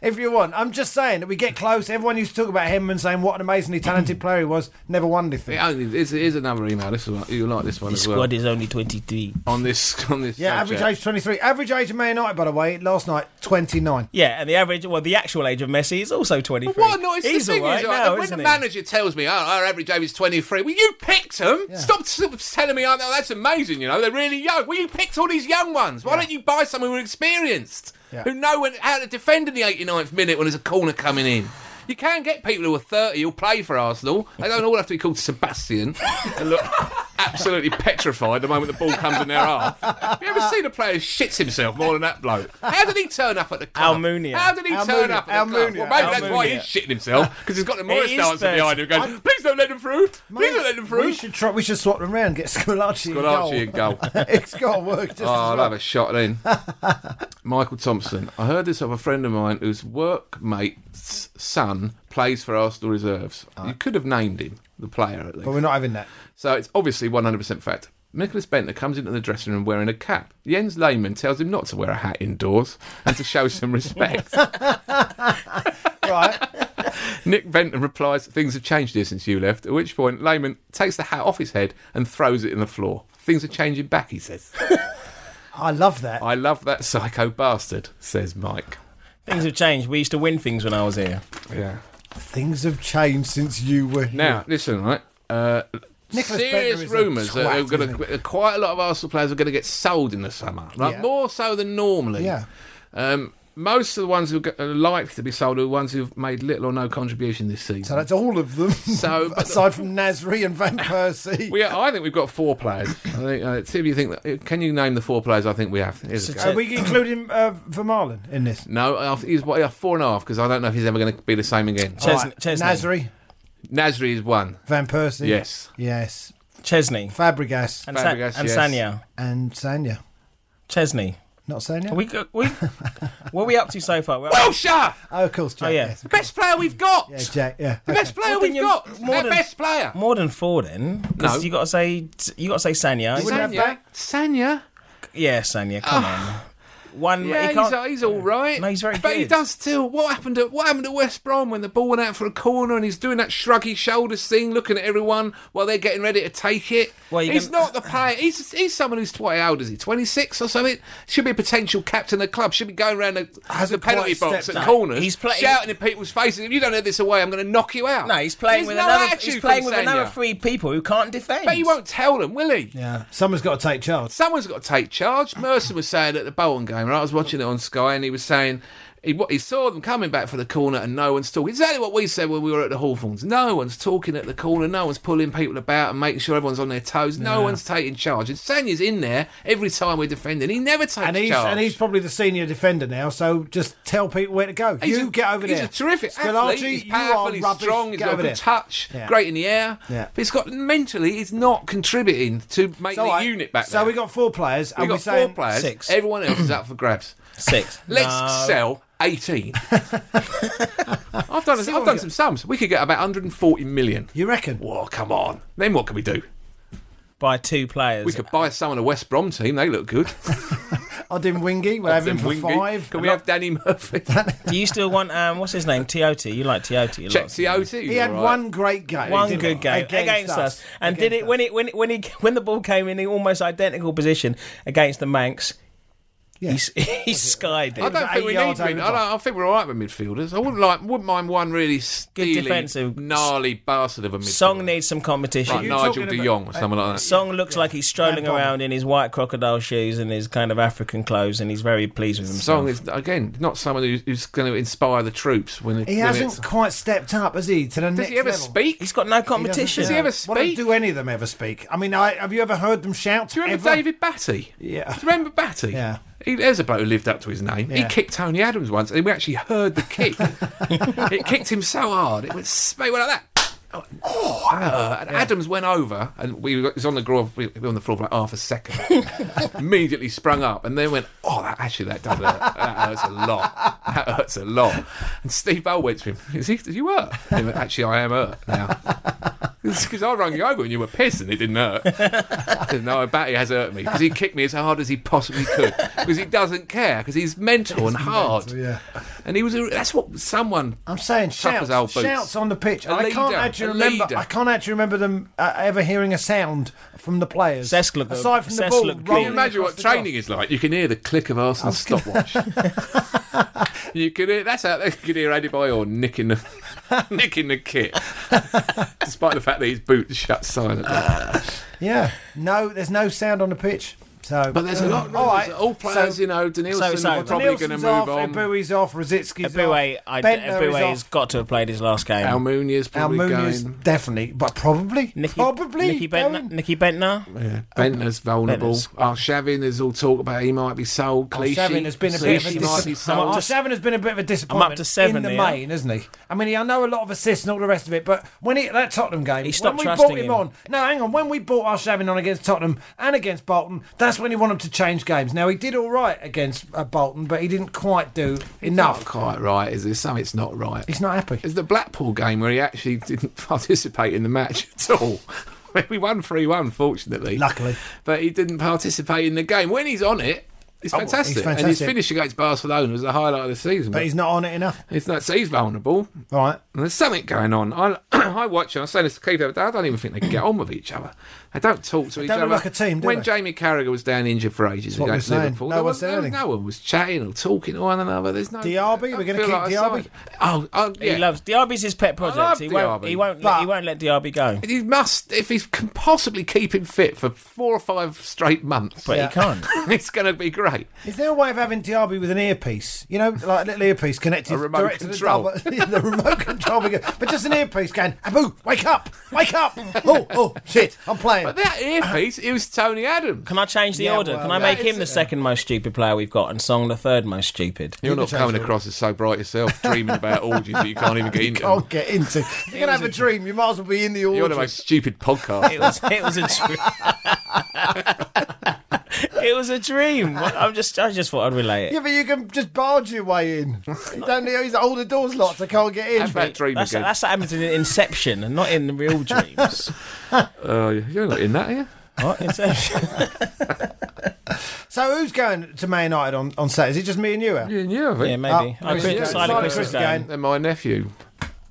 if you want, I'm just saying that we get close. Everyone used to talk about him and saying what an amazingly talented player he was. Never won anything.
It only- Here's here's another email. This one you like this one
The
as
squad
well.
is only 23.
On this, on this.
Yeah,
subject.
average age 23. Average age of Man United, by the way, last night 29.
Yeah, and the average, well, the actual age of Messi is also 23.
What? No, it's
He's
the thing
all right
is, right,
now,
when
isn't
the
he?
manager tells me, oh, our average age is 23, well, you picked them. Stop, stop telling me, oh, that's amazing, you know, they're really young. Well, you picked all these young ones. Why don't you buy someone who's experienced,
Yeah.
who know when, how to defend in the 89th minute when there's a corner coming in? You can get people who are 30 who'll play for Arsenal. They don't all have to be called Sebastian and look absolutely petrified the moment the ball comes in their half. Have you ever seen a player who shits himself more than that bloke? How did he turn up at the club?
Almunia.
How did he turn
Almunia.
up at the club?
Almunia.
Well, maybe that's why
Almunia.
he's shitting himself because he's got the Morris
is
dance in behind him
I-
going, please don't let him through. Please don't let him through.
We should try, we should swap them round. Get Scolacci.
Got Archie in
goal.
goal. oh,
it's got to work. Just as
I'll
well.
have a shot then. Michael Thompson. I heard this of a friend of mine whose workmate's son plays for Arsenal reserves. You could have named him, the player at least.
But we're not having that.
So it's obviously 100% fact. Nicholas Bentner comes into the dressing room wearing a cap. Jens Lehmann tells him not to wear a hat indoors and to show some respect.
Right.
Nick Benton replies, Things have changed here since you left. At which point, Lehman takes the hat off his head and throws it in the floor. Things are changing back, he says.
I love that.
I love that psycho bastard, says Mike.
Things have changed. We used to win things when I was here.
Yeah.
Things have changed since you were here.
Now, listen, right? Uh,
Nicholas Bentner
serious
is a
rumours that
twat,
we're gonna-
isn't
quite a lot of Arsenal players are going to get sold in the summer, like
Yeah.
more so than normally.
Yeah.
Um, most of the ones who are likely to be sold are the ones who've made little or no contribution this season.
So that's all of them.
So, but-
aside from Nasri and Van Persie.
we, I think we've got four players. I think, uh, see if you think. That, can you name the four players? I think we have. Here's a go.
Are we including uh, Vermaelen in this?
No, I- he's what, yeah, four and a half because I don't know if he's ever going to be the same again.
Ches-
Right.
Chesney.
Nasri,
Nasri is one.
Van Persie.
Yes.
Yes.
Chesney.
Fabregas
And, Sa-
Fabregas,
and
yes.
Sanya.
and Sanya.
Chesney.
Not Sanya?
Are we, go- we, what are we up to so far? We're up-
Wilshire,
oh, of course, Jack.
Oh, yeah.
yes.
best player we've got.
Yeah, Jack, yeah.
The best player
Well, then
we've
you're
got.
more
Our
than-
best player.
More than four, then. 'Cause
No.
you got to say you got to say Sanya.
wouldn't have
Sanya. Sanya.
Yeah, Sanya, come on. One, he
Ah. Yeah, he's,
can't-
uh, he's all right.
No, he's very
But he
good.
does still. What happened to What happened to West Brom when the ball went out for a corner and he's doing that shruggy shoulders thing, looking at everyone while they're getting ready to take it?
Well, you
he's
can-
not the player. He's he's someone who's twenty. How old is he? Twenty six or something? Should be a potential captain of the club. Should be going around the, the
Hasn't
penalty
quite
box at
stepped up.
corners,
He's play-
shouting in people's faces. If you don't have this away, I'm going to knock you out.
No, he's playing
There's
with
no
another.
attitude
He's
from
playing with another
Sanya.
three people who can't defend.
But he won't tell them, will he?
Yeah. Someone's got to take charge.
someone's got to take charge. Merson was saying at the Bolton game, right? I was watching it on Sky, and he was saying he, what- he saw them coming back for the corner, and no one's talking. Exactly what we said when we were at the Hawthorns. No one's talking at the corner. No one's pulling people about and making sure everyone's on their toes. No one's taking charge. And Sanya's in there every time we're defending. He never takes
And he's
charge.
and he's probably the senior defender now, so just tell people where to go.
He's
you
a-
get over
he's
there.
a terrific
Scolacci,
athlete. He's
you
powerful.
are
he's
rubbish.
strong. He's
Get
got a
over
good
there.
touch.
Yeah.
Great in the air.
Yeah.
But he's got mentally, he's not contributing to make
So
the
I-
unit back
So
there.
we got four players.
we
and
got
we're saying
four players.
Six.
Everyone else is up for grabs.
Six.
Let's
No.
sell 18. I've done, I've done some sums. We could get about 140 million.
You reckon?
Whoa, come on. Then what can we do?
by two players.
We could buy someone a West Brom team. They look good.
Odd in Wingy. We're having
Then
for
Wingy.
five.
Can we have Danny Murphy? Check
Do you still want um? What's his name? Tioti. You like Tioti a lot.
CO2.
He had one great game.
One
didn't
good
he?
game against, us, and did it
Against
when it when it, when he when the ball came in the almost identical position against the Manx. He's he skied
I
it.
don't
Eight
think we need
yards
mid. I,
over
don't,
the top.
I think we're all right with midfielders. I wouldn't like, wouldn't mind one really steely,
defensive-
gnarly bastard of a midfielder.
Song needs some
like
competition.
you
Nigel
talking
De
about-
Jong or someone like that.
Song looks like he's strolling
Van Bommel.
around in his white crocodile shoes and his kind of African clothes, and he's very pleased with himself.
Song is again not someone who's, who's going to inspire the troops when it,
He
when
hasn't
it's-
quite stepped up, has he? To the
Does
next
he ever
level.
speak?
He's got no competition.
Does he ever
Well,
speak?
do any of them ever speak? I mean, I, have you ever heard them shout?
Do you remember
ever?
David Batty?
Yeah.
Do you remember Batty?
Yeah.
He, there's a bloke who lived up to his name. He
Yeah.
kicked Tony Adams once, and we actually heard the kick. it kicked him so hard, it went, sp- it went like that. Oh, ah. and Adams went over, and we were- he was on the floor, we were on the floor for like half a second. Immediately sprung up, and then went, "Oh, that actually that does hurt. that hurts a lot. That hurts a lot." And Steve Bell went to him, "Is he? Did you hurt?" He went, "Actually, I am hurt now." Because I rung you over and you were pissed and it didn't hurt. Said, no, I bet he has hurt me because he kicked me as hard as he possibly could because he doesn't care because he's mental and hard.
yeah.
And he was. A, that's what someone.
I'm saying
Tough as
shouts,
old boots.
shouts on the pitch.
A
I can't
leader,
actually
a
remember.
leader.
I can't actually remember them uh, ever hearing a sound from the players.
Cesc looked-
aside from the
Cesc
ball,
looked good.
Can
rolling
you imagine
across
what
the grass.
training is like? You can hear the click of Arsenal's stopwatch. you can hear that's out. You can hear Adebayor or nicking the nicking the kit, despite the fact that his boot shut silently.
Yeah, no, there's no sound on the pitch. So,
but there's a lot.
All right,
all players,
so,
you know, Danielson
so-
are probably going to
Nielsen's
move
off,
on.
Ebui's off, Rositsky's
Eboué,
off,
I,
Bentner is
Eboué has
off,
got to have played his last game.
Almunia's probably
Almunia's
going.
definitely, but probably,
Nicky,
probably
Nicky
going.
Bentner. Nicky Bentner.
Um,
Yeah. Bentner's vulnerable.
Bentner's-
Arshavin, there's all talk about he might be sold. Clichy,
Oh, Shavin has been a bit of a
Clichy might be
disappointment.
sold.
I'm up to-
Shavin has been a bit of a disappointment.
seven
in the
here.
main, isn't he? I mean, I know a lot of assists and all the rest of it, but when he that Tottenham game,
He stopped
when we
trusting
bought him,
him.
on, no, hang on, when we bought our Shavin on against Tottenham and against Bolton, that's when he wanted to change games. Now he did all right against uh, Bolton, but he didn't quite do
not
enough.
quite right, is there? Something's not right.
He's not happy.
It's the Blackpool game where he actually didn't participate in the match at all. we won 3 1, fortunately.
Luckily.
But he didn't participate in the game. When he's on it, it's
Oh, he's
fantastic. And his
fantastic.
finish against Barcelona was the highlight of the season.
But he's not on it enough.
it's not, so he's vulnerable.
All right.
And there's something going on. I, I watch it. I was saying this to Keith the other day. I don't even think they can get on with each other. They don't talk to each
don't
other.
look like a team, do
when
they?
Jamie Carragher was down injured for ages
what
against
we're saying.
Liverpool,
No
there
one
was-
said
there was-
anything.
no one was chatting or talking to one another. There's no
Diaby?
I
We're gonna
feel
keep
a
Diaby?
side. Oh, oh, yeah.
He loves Diaby's his pet project.
love
he won't.
Diaby.
He won't.
But-
he won't let Diaby go.
He must, if he can possibly keep him fit for four or five straight months,
But
Yeah.
he can't.
it's going to be great.
Is there a way of having Diaby with an earpiece? You know, like a little earpiece connected
A remote
direct
control.
to the, double, the remote control, we go- but just an earpiece going, Abu, wake up, wake up! Oh, oh, shit, I'm playing.
But that earpiece, it was Tony Adams.
Can I change the
Yeah,
order?
well,
Can I
that
make
is
him the
it.
second most stupid player we've got and Song the third most stupid?
You're
can
not
change
coming
the-
across as so bright yourself, dreaming about orgies that you can't even get into.
Can't get into. If you're gonna have a dream, you might as well be in the
You're the
audience.
most stupid podcast.
It was. It was a. Dream. it was a dream. I'm just. I just thought I'd relay it.
Yeah, but you can just barge your way in. You don't need these older doors locked. I can't get in.
Have that dream
That's,
again.
that's what happens in Inception and not in the real dreams.
Oh, you're not in that, are you?
what? Inception?
So who's going to Man United on, on Saturday? Is it just me and you? Al?
Yeah, you, I think.
Yeah, maybe.
Oh,
Oh,
Chris-
Chris,
yeah,
Silent
Silent
Chris
Chris
is going.
game.
And my nephew.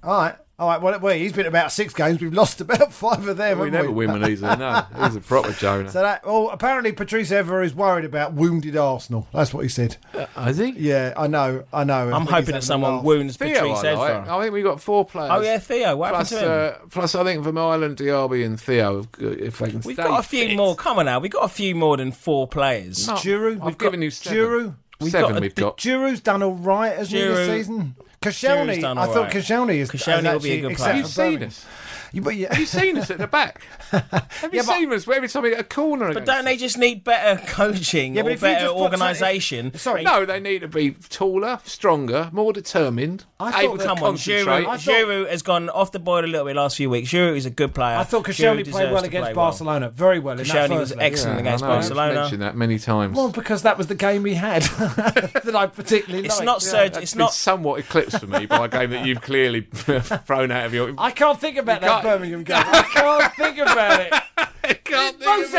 All right. All right. Well, well, he's been about six games. We've lost about five of them.
We
haven't
never win one easily. No, he's a proper Jonah.
So that, well, apparently Patrice Ever is worried about wounded Arsenal. That's what he said.
I think.
Yeah, I know, I know. I
I'm
think he's
hoping
having a
that someone
laugh.
wounds
Theo,
Patrice
I, like.
Evra.
I think we got four players.
Oh yeah, Theo. What happened
Plus,
to him?
uh, plus, I think from Ireland, Diaby and Theo, if- if they can
We've
stay
got a few
fit.
more. Come on now, we've got a few more than four players.
No,
Giroud,
I've
we've got
given you seven.
Giroud.
We've
seven
got a
we've
big-
got.
Giroud's done all right, hasn't he, this
Giroud-
season? Koscielny,
Giroud's done
I
all
thought
right.
Koscielny is.
Koscielny
is
will be a
actually-
good
except
player.
for
You've seen
Birmingham.
us.
You- but yeah,
You've seen us at the back. Have you
Yeah, but-
seen us every time we get a corner?
But
against
don't they just need better coaching
Yeah, but
or
if you
better
just put-
organisation?
sorry,
No, they need to be taller, stronger, more determined,
I thought
able
that-
to
Come on,
concentrate.
Giroud.
I thought-
Giroud has gone off the board a little bit last few weeks. Giroud is a good player.
I thought
Giroud
Koscielny
deserves
played well
to
against
play
Barcelona, very well. in that
Koscielny
first
was
leg.
Yeah,
excellent against
I know, I've
Barcelona.
mentioned that many times.
Well, because that was the game we had that I particularly
It's
liked.
not Serge.
That's
It's
been
not.
somewhat eclipsed for me by a game that you've clearly thrown out of your.
I can't think about that
can't-
Birmingham game. I can't think about it.
I can't think about
Rosed,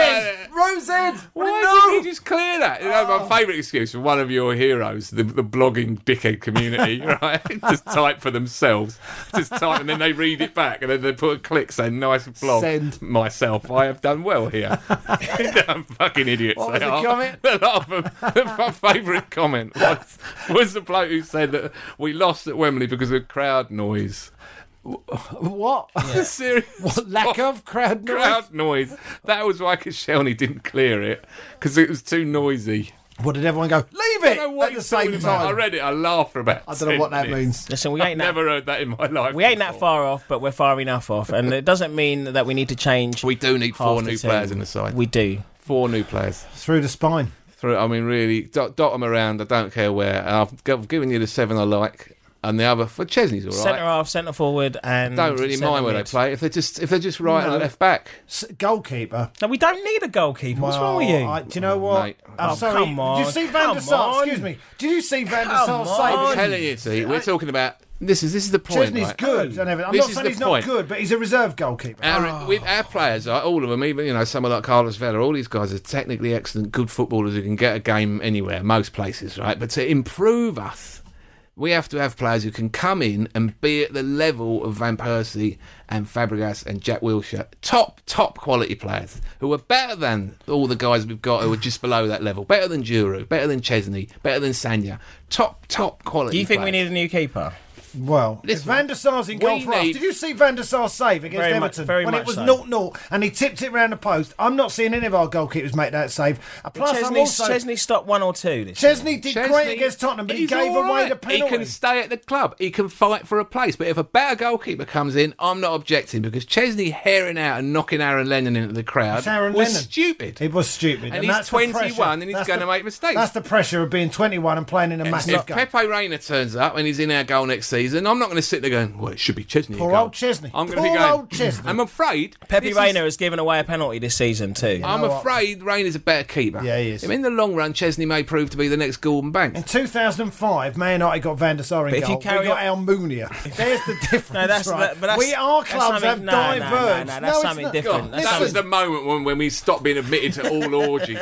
it.
Rosed.
Why
no? Oh.
didn't you just clear that? You know, my favourite excuse from one of your heroes, the, the blogging dickhead community, right? just type for themselves. Just type and then they read it back and then they put a click saying, nice blog.
Send.
Myself, I have done well here. I'm fucking idiots.
What was
they
the
are.
comment?
A lot of them. my favourite comment was, was the bloke who said that we lost at Wembley because of crowd noise.
What?
Serious.
Lack of crowd noise.
Crowd noise. That was why Koscielny didn't clear it because it was too noisy.
What did everyone go? Leave
I
it
don't know what
at the
he's
same
talking about. I
time.
read it. I laughed for about.
I don't know
10
what that
minutes.
means.
Listen, we ain't that.
Never heard that in my life.
We ain't that
before.
far off, but we're far enough off, and it doesn't mean that we need to change.
We do need
half
four
the
new
team.
players in the side.
We do.
Four new players.
Through the spine.
Through. I mean, really, dot, dot them around. I don't care where. And I've, g- I've given you the seven I like, and the other for Chesney's all
Centre
right.
half, centre forward, and
Don't really
centre
mind where they
mid.
play if they're just if they're just right
No.
and left back.
S- goalkeeper.
No, we don't need a goalkeeper. What's wrong with you?
I- do you know what?
mate.
I'm
Oh,
sorry.
come on,
Did you see Van
come
der Sar?
on.
Excuse me. Did you see Van der
Come
Sar
on.
I'm
save?
telling you, see, we're talking about this is this is the point.
Chesney's
right?
good. and everything. I'm
This
not
is
saying
the
he's
point.
not good, but he's a reserve goalkeeper.
Our,
Ah.
with our players, are, all of them, even you know, someone like Carlos Vela, all these guys are technically excellent, good footballers who can get a game anywhere, most places, right? But to improve us, we have to have players who can come in and be at the level of Van Persie and Fabregas and Jack Wilshere, top top quality players who are better than all the guys we've got who are just below that level, better than Giroud, better than Chesney, better than Sanya, top top quality.
Do you think we
players.
need a new keeper?
Well, if
Listen,
Van der Sar's in goal
we
for us.
need-
Did you see Van der Sar's save against
Very mu-
Everton
very
when it
much
was
so.
0 0 and he tipped it round the post? I'm not seeing any of our goalkeepers make that save. Uh, Plus, I'm
Chesney,
also.
Chesney stopped one or two this year.
Chesney did great
Chesney,
against Tottenham, but he
he's
gave
all
away
right.
the
He
penalty.
can stay at the club. He can fight for a place. But if a better goalkeeper comes in, I'm not objecting because Chesney herring out and knocking Aaron Lennon into the crowd
It's Aaron
was
Lennon.
stupid.
It was stupid.
And he's
that's the pressure.
21 and he's
That's
gonna
the-
make mistakes.
That's the pressure of being 21 and playing in a massive
If
game.
Pepe Reina turns up and he's in our goal next season, I'm not going to sit there going, "Well, it should be Chesney." in
Poor
goal."
old Chesney.
I'm going
Poor
to be going.
old Chesney.
I'm afraid
Pepe
this
Reina
is-
has given away a penalty this season too.
I'm
know what?
afraid Reina's a better keeper.
Yeah, he is.
I mean, in the long run, Chesney may prove to be the next Gordon
in
Banks.
2005, Man United got Van der Sar in
But if
goal.
you carry
we got Almunia. There's the difference.
No, that's-
right?
that- but that's-
we are
that's
clubs have
something- no, no, no, no,
diverged.
that's
it's
something
not.
different.
God,
That's
that was
something-
the moment when, when we stopped being admitted to all orgies.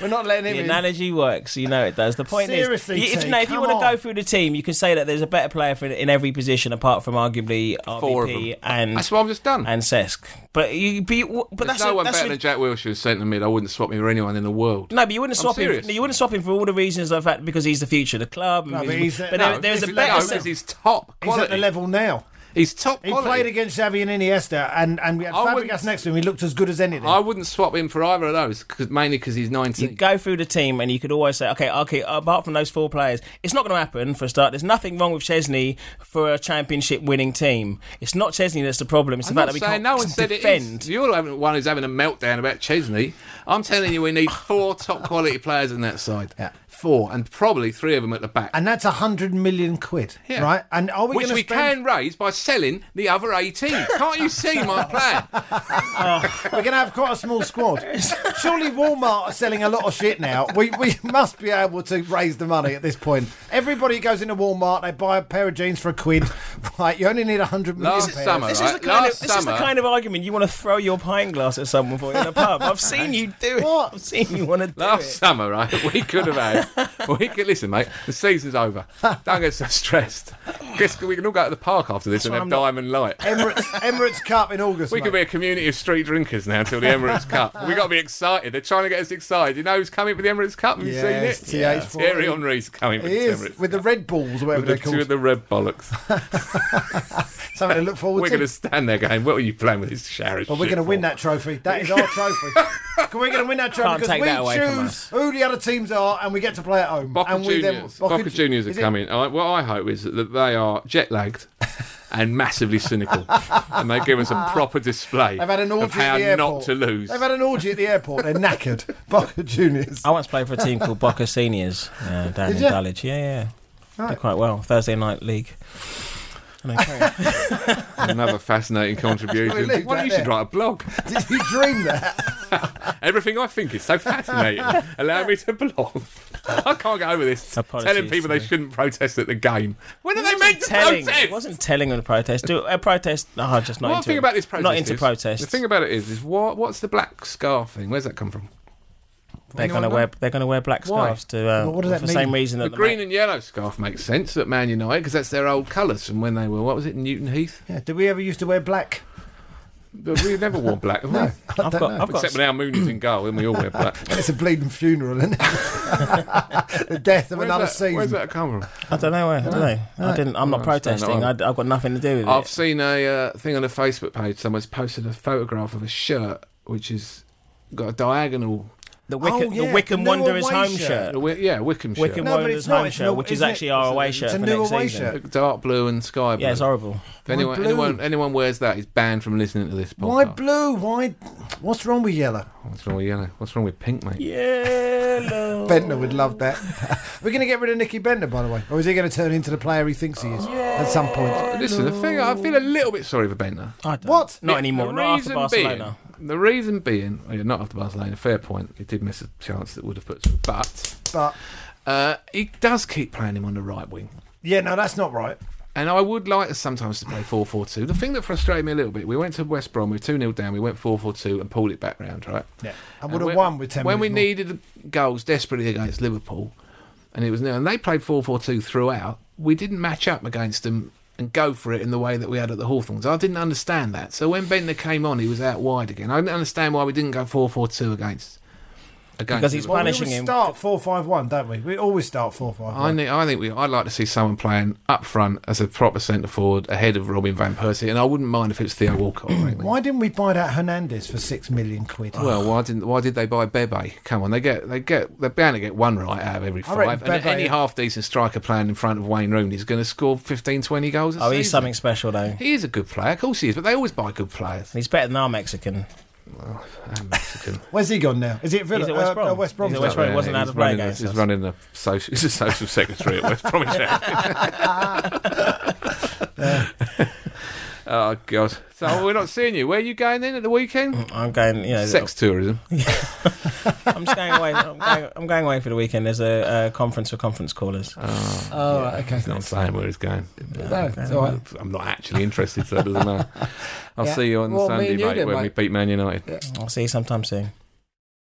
We're not letting
The
him. in.
analogy works, you know it does. The point
Seriously,
is, if,
T,
you know, if you
come
want to
on.
go through the team, you can say that there's a better player for, in every position apart from arguably
Four of
RVP
them.
and
That's what I've just done.
and Sesk. But you, but, you, but
There's
that's
no
a,
one
that's
better
a-
than Jack Wilshere centre mid. I wouldn't swap him for anyone in the world.
No, but you wouldn't
I'm
swap him.
serious.
You wouldn't swap him for all the reasons I've had because he's the future of the club. and-
but he's-
there-
no,
there's
if
a
you let
better.
go,
se-
'cause he's oh, top
He's
quality.
at the level now.
He's top
He
quality.
played against Xavi and Iniesta, and, and we had
I
Fabregas
wouldn't-
next to him. He looked as good as anything.
I wouldn't swap him for either of those, 'cause- mainly because he's
You
19.
go through the team and you could always say, okay, okay, apart from those four players, it's not going to happen for a start. There's nothing wrong with Chesney for a championship winning team. It's not Chesney that's the problem. It's
I'm
the
not
fact that we
saying
can't
no one said it
defend.
is. You're the only one who's having a meltdown about Chesney. I'm telling you, we need four top quality players in that side. four, and probably three of them at the back.
And that's a hundred million quid,
Yeah.
right? And are we
which
going
we
to
can
spend?
raise by selling the other 18. Can't you see my plan?
We're going to have quite a small squad. Surely Walmart are selling a lot of shit now. We we must be able to raise the money at this point. Everybody goes into Walmart, they buy a pair of jeans for a quid. Right, you only need a hundred million.
Last
pairs.
summer,
This,
right?
is, the kind
Last
of, this is the
summer-
kind of argument you want to throw your pint glass at someone for in a pub. I've seen you do it.
What?
I've seen you want to do
Last
it.
summer, right, we could have had. We could listen, mate. The season's over. Don't get so stressed. Guess we can all go to the park after this and have
I'm not-
Diamond Light.
Emirates Emirates Cup in August.
We could be
mate.
a community of street drinkers now until the Emirates Cup. We got to be excited. They're trying to get us excited. You know who's coming for the Emirates Cup? Have you
Yes,
seen it?
TH for
Thierry
it.
Henry's coming for
He
the
is,
Emirates.
with the Red Bulls, or whatever
with the,
they're called.
with the red bollocks.
Something to look forward
We're
to.
going to stand there going, "What are you playing with this Sharish?"
But we're going to win that trophy. That is our trophy. We're going to win that trophy
Can't
because
take
we
that away
choose
from us.
who the other teams are, and we get to play at home.
Boca
and we
Juniors.
Boca
Boca,
Ju-
Juniors are
is it-
coming. I, what I hope is that they are jet lagged and massively cynical, and they give us a proper display
They've had an
of
orgy
how
at the airport.
not to lose.
They've had an orgy at the airport. They're knackered. Boca Juniors.
I once played for a team called Boca Seniors uh, down in
ya?
Dulwich. Yeah, yeah. Did quite well. Thursday night league. And I carry on.
Another fascinating contribution.
Should we leave
Why don't you
that
should
there?
write a blog?
Did you dream that?
Everything I think is so fascinating. Allow me to blog. I can't get over this.
Apologies,
telling people they
sorry.
shouldn't protest at the game. When are they
wasn't
meant to
telling,
protest?
It wasn't telling on the protest. Do a protest? No, I'm just not
One
into
thing
it.
about this protest
Not into
is-
protests.
The thing about it is, is what, what's the black scarf thing? Where's that come from?
they're
anyone
going to
know?
wear they're going to wear black
Why?
scarves to uh,
Well, what does that
for the
mean?
same reason
The
that
green and yellow scarf makes sense at Man United because that's their old colours from when they were, what was it, Newton Heath?
Yeah, did we ever used to wear black?
But we never wore black, have we?
I
I've
don't
got,
know.
I've got
Except when our moon is in goal, then we all wear black.
It's a bleeding funeral, isn't it? the death of
Where's
another
that, Where's
season.
that come from?
I don't know where. I don't know. I didn't. I'm not
Well, I understand that
protesting. I, I've
one.
got nothing to do with
I've
it.
seen a uh, thing on a Facebook page. Someone's posted a photograph of a shirt which has got a diagonal.
The Wickham,
Oh,
the
yeah,
Wickham
the new
Wanderers
away
home
shirt.
shirt.
a wi- yeah, Wickham shirt.
Wickham
No, but
Wanderers
it's not,
home
it's
shirt,
not,
which is
isn't it?
actually our
It's a-
away
it's
shirt
a
for
new
next
away
season.
shirt.
Dark blue and sky blue.
Yeah, it's horrible.
If anyone,
blue?
anyone, anyone wears that is banned from listening to this podcast.
Why blue? Why? What's wrong with yellow?
What's wrong with yellow? What's wrong with pink, mate?
Yellow.
Bender would love that. We're going to get rid of Nicky Bender, by the way. Or is he going to turn into the player he thinks he is at some point?
Listen, the thing I feel a little bit sorry for Bentner.
I don't-
What?
Not
The-
anymore.
the
Not
reason
after Barcelona.
Being, the reason being, oh, yeah, not after Barcelona. Fair point. He did miss a chance that would have put. But
But
uh, he does keep playing him on the right wing.
yeah, no, that's not right.
And I would like us sometimes to play 4 4 2. The thing that frustrated me a little bit, we went to West Brom, we were 2 0 down, we went 4 4 2 and pulled it back round, right?
Yeah, and would have
when-
won with ten.
When we
minutes more.
needed the goals desperately against Liverpool, and it was now, and they played 4 4 2 throughout, we didn't match up against them and go for it in the way that we had at the Hawthorns. I didn't understand that. So when Bentner came on, he was out wide again. I didn't understand why we didn't go 4 4 2 against. against
Because he's
Liverpool.
punishing
we always
him.
start four five one, don't we? We always start four five
I,
one.
need, I think we, I'd like to see someone playing up front as a proper centre forward ahead of Robin van Persie, and I wouldn't mind if it's Theo Walcott. frankly.
Why didn't we buy that Hernandez for six million quid?
Well, why didn't why did they buy Bebe? Come on, they get they get they're bound to get one right out of every
I reckon
five. And
Bebe-
any half decent striker playing in front of Wayne Rooney is going to score 15, 20 goals. A
Oh, he's
season.
something special though.
He is a good player, of course he is, but they always buy good players.
He's better than our Mexican.
I'm Mexican.
Where's he gone now? Is it Villa?
He's at West
uh,
Brom.
uh, West Brom.
He's at West Brom. he wasn't
Yeah,
out
he's
of play
running the-
against
He's
us.
running the social. He's a social secretary at West Brom. isn't he? oh God! So we're not seeing you. Where are you going then at the weekend?
I'm going. You know,
Sex tourism.
I'm just going away. I'm going, I'm going away for the weekend. There's a, uh conference for conference callers.
Oh, right, okay.
He's not saying where he's going.
No, it's all right.
I'm not actually interested, so it doesn't matter. I'll
Yeah.
see you on
Well, me
Sunday,
and you
mate,
then,
when we
mate.
beat Man United.
I'll see you sometime soon.